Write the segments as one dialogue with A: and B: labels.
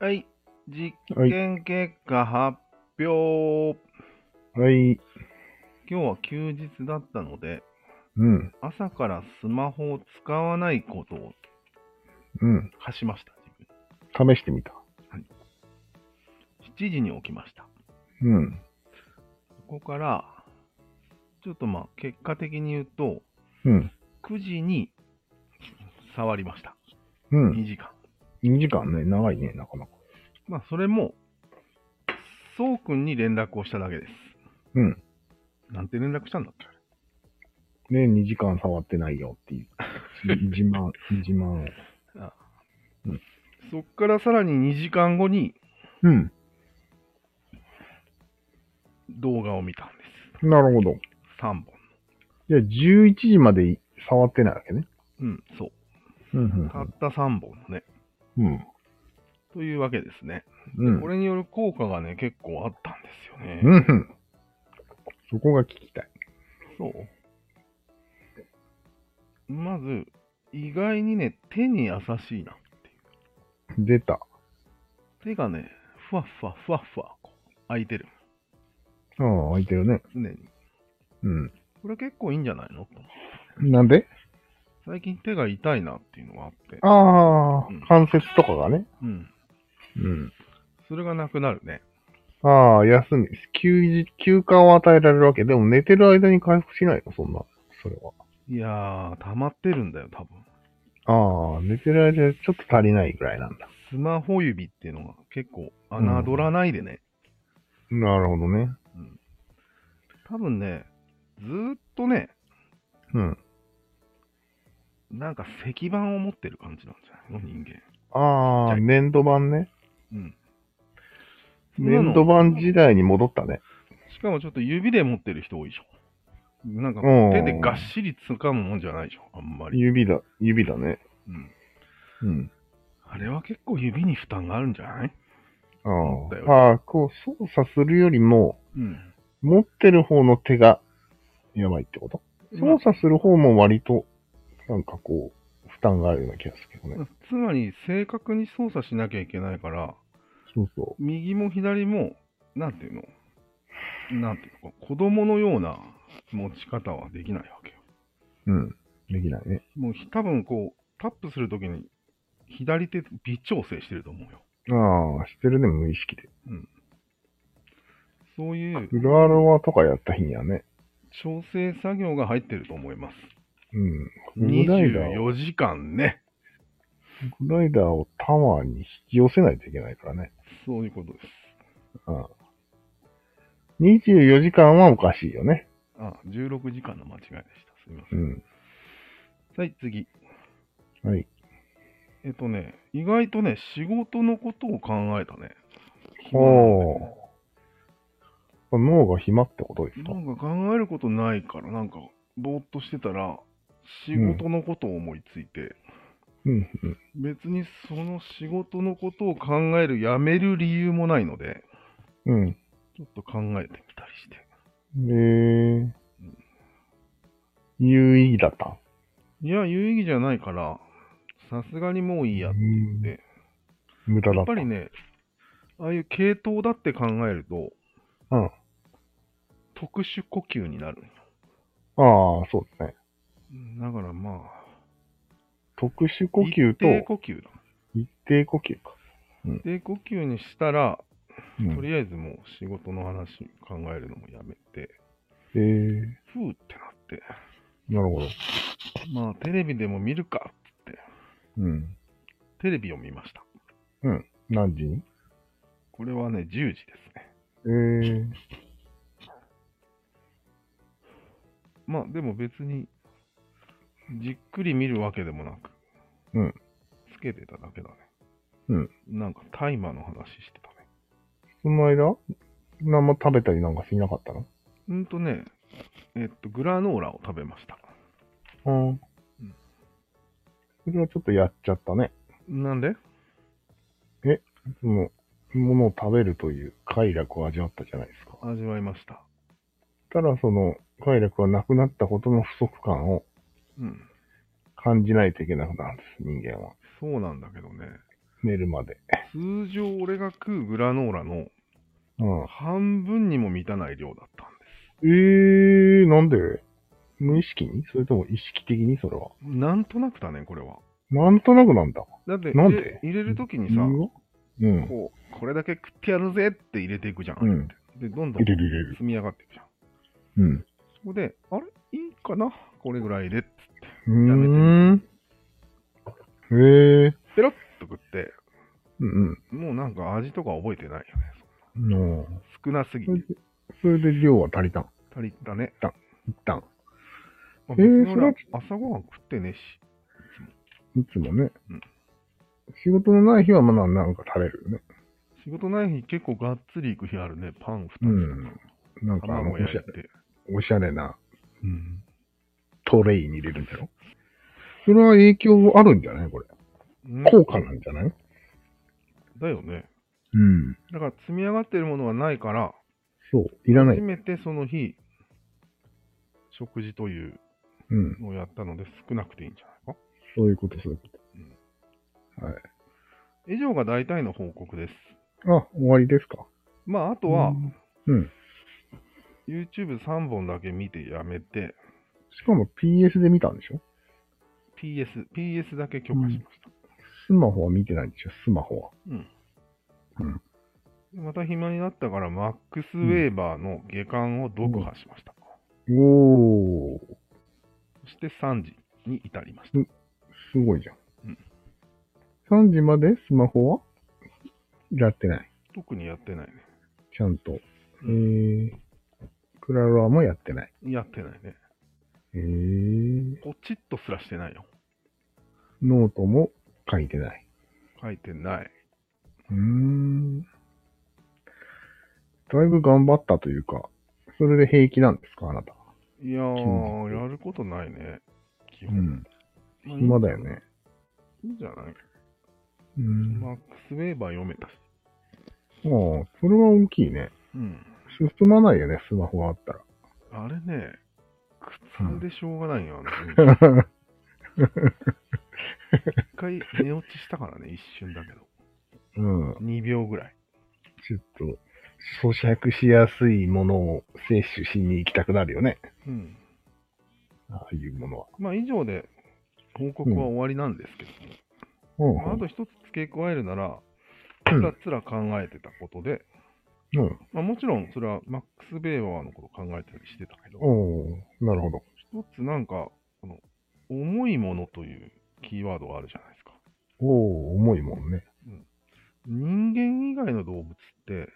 A: はい。実
B: はい
A: 験結果発表。
B: はい。
A: 今日は休日だったので、
B: うん。
A: 朝からスマホを使わないことを
B: うん。
A: 課しました。自
B: 試してみた。
A: 分7時に起きました。
B: うん。
A: ここから、ちょっとまあ、結果的に言うと、
B: うん。
A: 9時に触りました。
B: うん。
A: 2時間。
B: 2時間ね、長いね、なかなか。
A: まあ、それも、そうくんに連絡をしただけです。
B: うん。
A: なんて連絡したんだっけ
B: ね、2時間触ってないよっていう。 自慢、自慢を。
A: そっからさらに2時間後に
B: うん。
A: 動画を見たんです。
B: なるほど。
A: 3本。
B: じゃあ、11時まで触ってないわけね。
A: うん、そう。
B: うん
A: たった3本のね。
B: うん。うん。
A: というわけですね。
B: うん。
A: これによる効果がね、結構あったんですよ
B: う
A: ね。
B: ん。そこが聞きたい。
A: そう。まず、意外にね、手に優しいなってい
B: 出た。
A: う。手がね、ふわふわふわふわ、こう、空いてる。
B: ああ、開いてるね。
A: 常に。
B: うん。
A: これ結構いいんじゃないのと思う
B: なんで
A: 最近手が痛いなっていうのがあって。
B: ああ
A: うん、
B: 関節とかがね。
A: うん。
B: うん。
A: それがなくなるね。
B: ああ、休み。休日、休暇を与えられるわけ。でも寝てる間に回復しないのそんな。それは。
A: いやー、溜まってるんだよ、多分。
B: ああ、寝てる間にちょっと足りないぐらいなんだ。
A: スマホ指っていうのが結構侮らないでね、
B: なるほどね。
A: 多分ね、ずーっとね、
B: うん。
A: なんか石板を持ってる感じなんじゃないの人間。
B: ああ、粘土板ね。
A: うん。
B: 粘土板時代に戻ったね。
A: しかもちょっと指で持ってる人多いでしょ。なんか
B: うん
A: 手でがっしり掴むもんじゃないでしょ、あんまり。
B: 指だ、指だね。
A: うん。
B: うん。
A: あれは結構指に負担があるんじゃない
B: あ
A: 思ったより
B: あああ、こう操作するよりも、
A: うん。
B: 持ってる方の手がやばいってこと操作する方も割と、なんかこう、負担があるような気がするけどね。
A: つまり正確に操作しなきゃいけないから、
B: そうそ
A: 右も左も、なんていうのなんていうのか、子供のような持ち方はできないわけよ。
B: う。うん。できないね。
A: もうひ多分こう、タップするときに左手微調整してると思うよ。
B: ああ、してるね、無意識で。
A: そういう
B: フルアロワとかやった日にはね。
A: 調整作業が入ってると思います。
B: うん。グライダーを、
A: 24時間ね。
B: グライダーをタワーに引き寄せないといけないからね。
A: そういうことです。
B: うん。24時間はおかしいよね。
A: あ、16時間の間違いでした。すみませ。
B: うんん。
A: はい、次。
B: はい。
A: えっとね、意外とね、仕事のことを考えたね。
B: おー。脳が暇ってことですか
A: なんか考えることないから、なんか、ぼーっとしてたら、仕事のことを思いついて、
B: うん、うん。
A: 別にその仕事のことを考える、やめる理由もないので、
B: うん。
A: ちょっと考えてみたりして。
B: ねえ。有意義だった。
A: いや、有意義じゃないから、さすがにもういいや。で
B: 無駄だ
A: や
B: っ。
A: ったぱりね、ああいう系統だって考えると、
B: うん
A: 特殊呼吸になるんよ。
B: ああ、そうですね。
A: だからまあ、
B: 特殊呼吸
A: 一定
B: と
A: 呼吸だ。
B: 一定呼吸か。
A: 一定呼吸にしたら、
B: うん
A: とりあえずもう仕事の話考えるのもやめて、
B: えー、
A: ふーってなって、
B: なるほど。
A: まあテレビでも見るかっつって、
B: うん。
A: テレビを見ました。
B: 何時に
A: これはね、10時ですね。
B: えー、
A: まあでも別に、じっくり見るわけでもなく、
B: うん。
A: つけてただけだね。
B: うん。
A: なんかタイマーの話してたね。
B: その間何も食べたりなんかしなかったの
A: うんとね、えっと、グラノーラを食べました。
B: うん。それはちょっとやっちゃったね。
A: なんで
B: もう、ものを食べるという快楽を味わったじゃないですか。
A: 味わいました。
B: ただその快楽がなくなったことの不足感を
A: うん。
B: 感じないといけなくなるんです、人間は。
A: そうなんだけどね。
B: 寝るまで。
A: 通常俺が食うグラノーラの
B: うん。
A: 半分にも満たない量だったんで
B: えー、なんで無意識にそれとも意識的にそれは。
A: す。なんとなくだね、これは。
B: なんとなくなんだ。
A: だって、
B: なんで
A: 入れ入れるときにさ、
B: うわうん。
A: こう、これだけ食ってやるぜって入れていくじゃん。
B: うん
A: で、どんどん
B: 入れ
A: 積
B: る入れる。
A: み上がっていくじゃん。
B: うん。
A: そこで、あれいいかなこれぐらいでっつって、
B: う
A: やめて
B: ーん。えー。
A: ペロッと食って、
B: うん
A: もうなんか味とか覚えてないよね。
B: うん。の
A: 少なすぎて
B: うんそれで量は足りたん。
A: 足りたね。
B: 一旦。
A: まあ、
B: えー
A: 別に俺は
B: そ
A: 朝ごはん食ってねえし。
B: いつもね。
A: うん
B: 仕事のない日はまだなんか食べるよね。
A: 仕事ない日結構がっつり行く日あるね。パン2つとか、
B: うんなんかあの
A: 卵
B: おし
A: 焼い
B: ゃ
A: て。
B: おしゃれな
A: うん。
B: トレイに入れるんだろそれは影響あるんじゃないこれ。効果なんじゃない
A: だよね。
B: うん。
A: だから積み上がってるものはないから、
B: そう。いらない
A: 初。めてその日、食事という
B: うん。
A: のをやったので少なくていいんじゃないか。
B: そういうこと、そういうこと。
A: 以上が大体の報告です。
B: あ、終わりですか
A: まあ、あ
B: あ
A: とは、
B: うん。
A: YouTube3 本だけ見てやめて、
B: しかも PS で見たんでしょ
A: PS、PS だけ許可しました。
B: スマホは見てないんでしょスマホは。
A: また暇になったから、マックス・ウェーバーの下巻を読破しました。
B: おー。
A: そして3時に至りまし
B: う
A: た。
B: んすごいじゃん
A: うん。
B: 3時までスマホはやってない。
A: 特にやってないね。
B: ちゃんと。え
A: う
B: ー、クラロワもやってない。
A: やってないね。
B: えー、
A: ポチッとすらしてないよ。
B: ノートも書いてない。
A: 書いてない。
B: うーん。だいぶ頑張ったというか、それで平気なんですかあなた。
A: いや
B: う
A: ー、
B: ん
A: やることないね。基
B: う
A: 本。
B: ん。
A: まあ
B: 暇だよ。ね。
A: いいんじゃない
B: うん。あ
A: マックス・ウェーバー読めたし。
B: あ、それは大きいね。
A: うん。
B: 進まないよね、スマホがあったら。
A: あれね、苦痛でしょうがないよ。あの一回寝落ちしたから ね、一瞬だけど。
B: うん。
A: 2秒ぐらい。
B: ちょっと、咀嚼しやすいものを摂取しに行きたくなるよね。
A: うん。
B: ああいうものは。
A: まあ、以上で報告は終わりなんですけども、
B: うん
A: まああと一つ付け加えるなら、
B: う
A: つ
B: ん
A: らつら考えてたことで、
B: うん。
A: まあ、もちろんそれはマックス・ベーバーのこと考えたりしてたけど、
B: おーなるほど。
A: 一つなんか、この、重いものというキーワードがあるじゃないですか。
B: おー重いもんね。
A: 人間以外の動物って、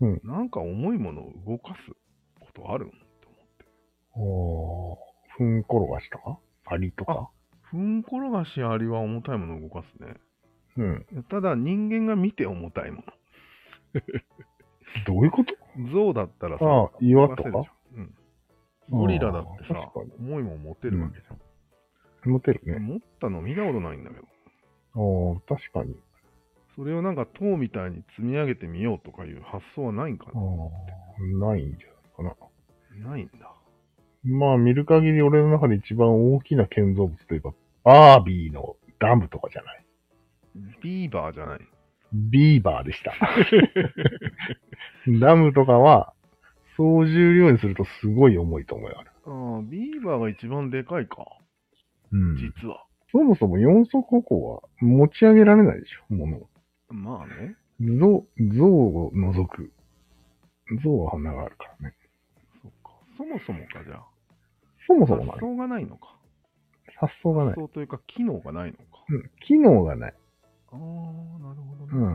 B: うん
A: なんか重いものを動かすことあるのと思って。
B: おーふんころがしとかアリとか
A: ふんころがしありは重たいものを動かすね。
B: うん。
A: ただ人間が見て重たいも
B: どういうこと
A: の。象だったらさ、
B: ああ岩とか
A: 動せるじゃんうん、
B: ああ
A: ゴリラだってさ
B: 確かに、
A: 重いもん持てるわけじゃん。
B: 持てるね。
A: 持ったの見たことないんだけど、
B: おー確かに。
A: それをなんか塔みたいに積み上げてみようとかいう発想はないんか
B: あーないんじゃないか
A: なないんだ。
B: な。まあ、見る限り俺の中で一番大きな建造物といえば、バービーのダムとかじゃない。
A: ビーバーじゃない。
B: ビーバーで した。ダムとかは、総重量にするとすごい重いと思いある。
A: ああ、ビーバーが一番でかいか、
B: うん。
A: 実は。
B: そもそも4足歩行は持ち上げられないでしょ、ものを。
A: まあね、
B: 象、象を除く。象は鼻があるからね。
A: そっか。そもそもか、じゃあ。
B: そもそもな
A: 発想がないのか。
B: 発想がない
A: 発。想というか、機能がないのか。
B: うん。機能がない。
A: ああ、なるほど
B: う
A: ね。
B: ん。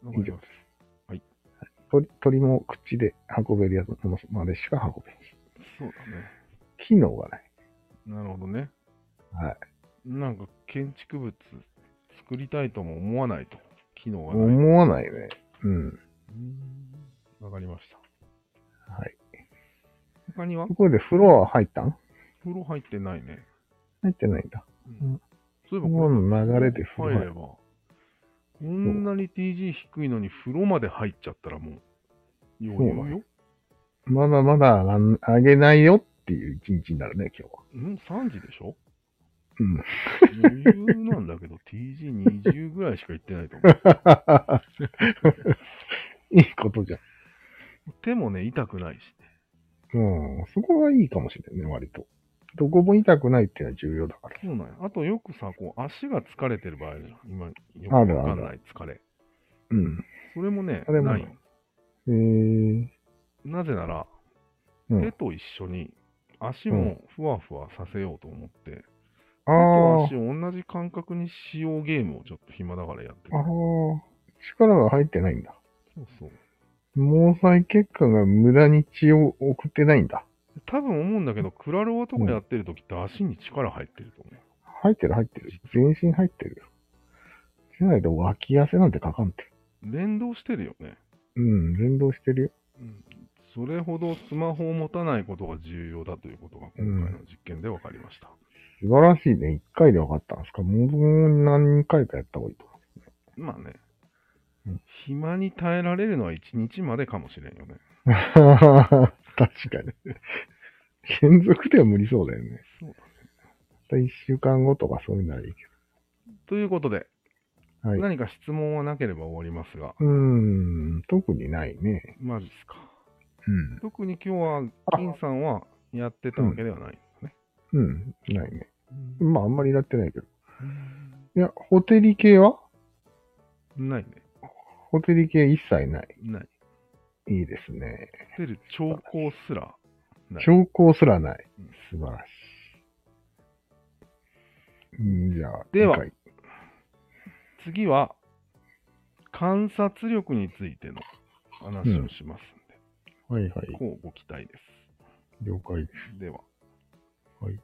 A: わか
B: 以
A: り
B: 上
A: ま
B: ですす。鳥、鳥も口で運べるやつものまでしか運べない。
A: そう
B: 機能がない。
A: だね。なるほどね。
B: はい。
A: なんか、建築物作りたいとも思わないと。機能がない。う
B: 思わないね。うん。
A: ーんわかりました。
B: はい。
A: 他には
B: ところでフロア入ったん
A: 風呂入ってないね。
B: 入ってないんだ。うん
A: そういえば
B: 今
A: こ
B: の
A: れ、
B: 流れで風呂
A: 入
B: 入
A: れば、こんなに TG 低いのに風呂まで入っちゃったらもう、余
B: そう
A: 裕
B: だ
A: よ。
B: まだまだ上がん上げないよっていう一日になるね、今日は。
A: うん、3時でしょ
B: うん。
A: 余裕なんだけど、TG20 ぐらいしか行ってないと思う。
B: いいことじゃん。
A: 手もね、痛くないし、
B: うん。そこがいいかもしれないね、割と。どこも痛くないっていうのは重要だから。
A: そうなんや。あとよくさ、こう、足が疲れてる場合あるじゃん。今、よくわかんない疲れ。
B: うん。
A: それもね、
B: あれも
A: ないよ。
B: えー、
A: なぜなら、
B: うん
A: 手と一緒に足もふわふわさせようと思って、
B: あ
A: 手と足を同じ感覚にしようゲームをちょっと暇だからやってる
B: あ、ああ、力が入ってないんだ。
A: そうそう。
B: 毛細血管が無駄に血を送ってないんだ。
A: 多分思うんだけど、クラロワとかやってる時って足に力入ってると思う。
B: 入ってる入ってる。全身入ってるよ。じゃないと脇汗なんてかかんて。
A: 連動してるよね。
B: うん、連動してるよ。
A: うんそれほどスマホを持たないことが重要だということが今回の実験で分かりました。
B: 素晴らしいね。一回で分かったんですかもう何回かやった方がいいと 思
A: まあね
B: うん、
A: 暇に耐えられるのは1日までかもしれんよね。
B: う。確かに。 連続では無理そうだよね。
A: そうだね
B: また一週間後とかそういうならいいけ
A: ということで、
B: ど。はい。
A: 何か質問はなければ終わりますが、
B: うーん、特にないね。
A: マジっすか。
B: うん。
A: 特に今日
B: あ
A: は、金さんはやってたわけではないんですね。
B: うん、ないね。まあ、あんまりやってないけど。
A: うん
B: いや、ホテリ系は
A: ないね。
B: ホテリ系一切ない。
A: ない。
B: いいですね。
A: 出る兆候すらない。
B: 兆候すらない
A: うん。
B: 素晴らしい。うんじゃあ、
A: では
B: 次回
A: 次は、観察力についての話をしますんで、
B: はいはい。
A: こうご期待です。
B: 了解。
A: では。
B: はい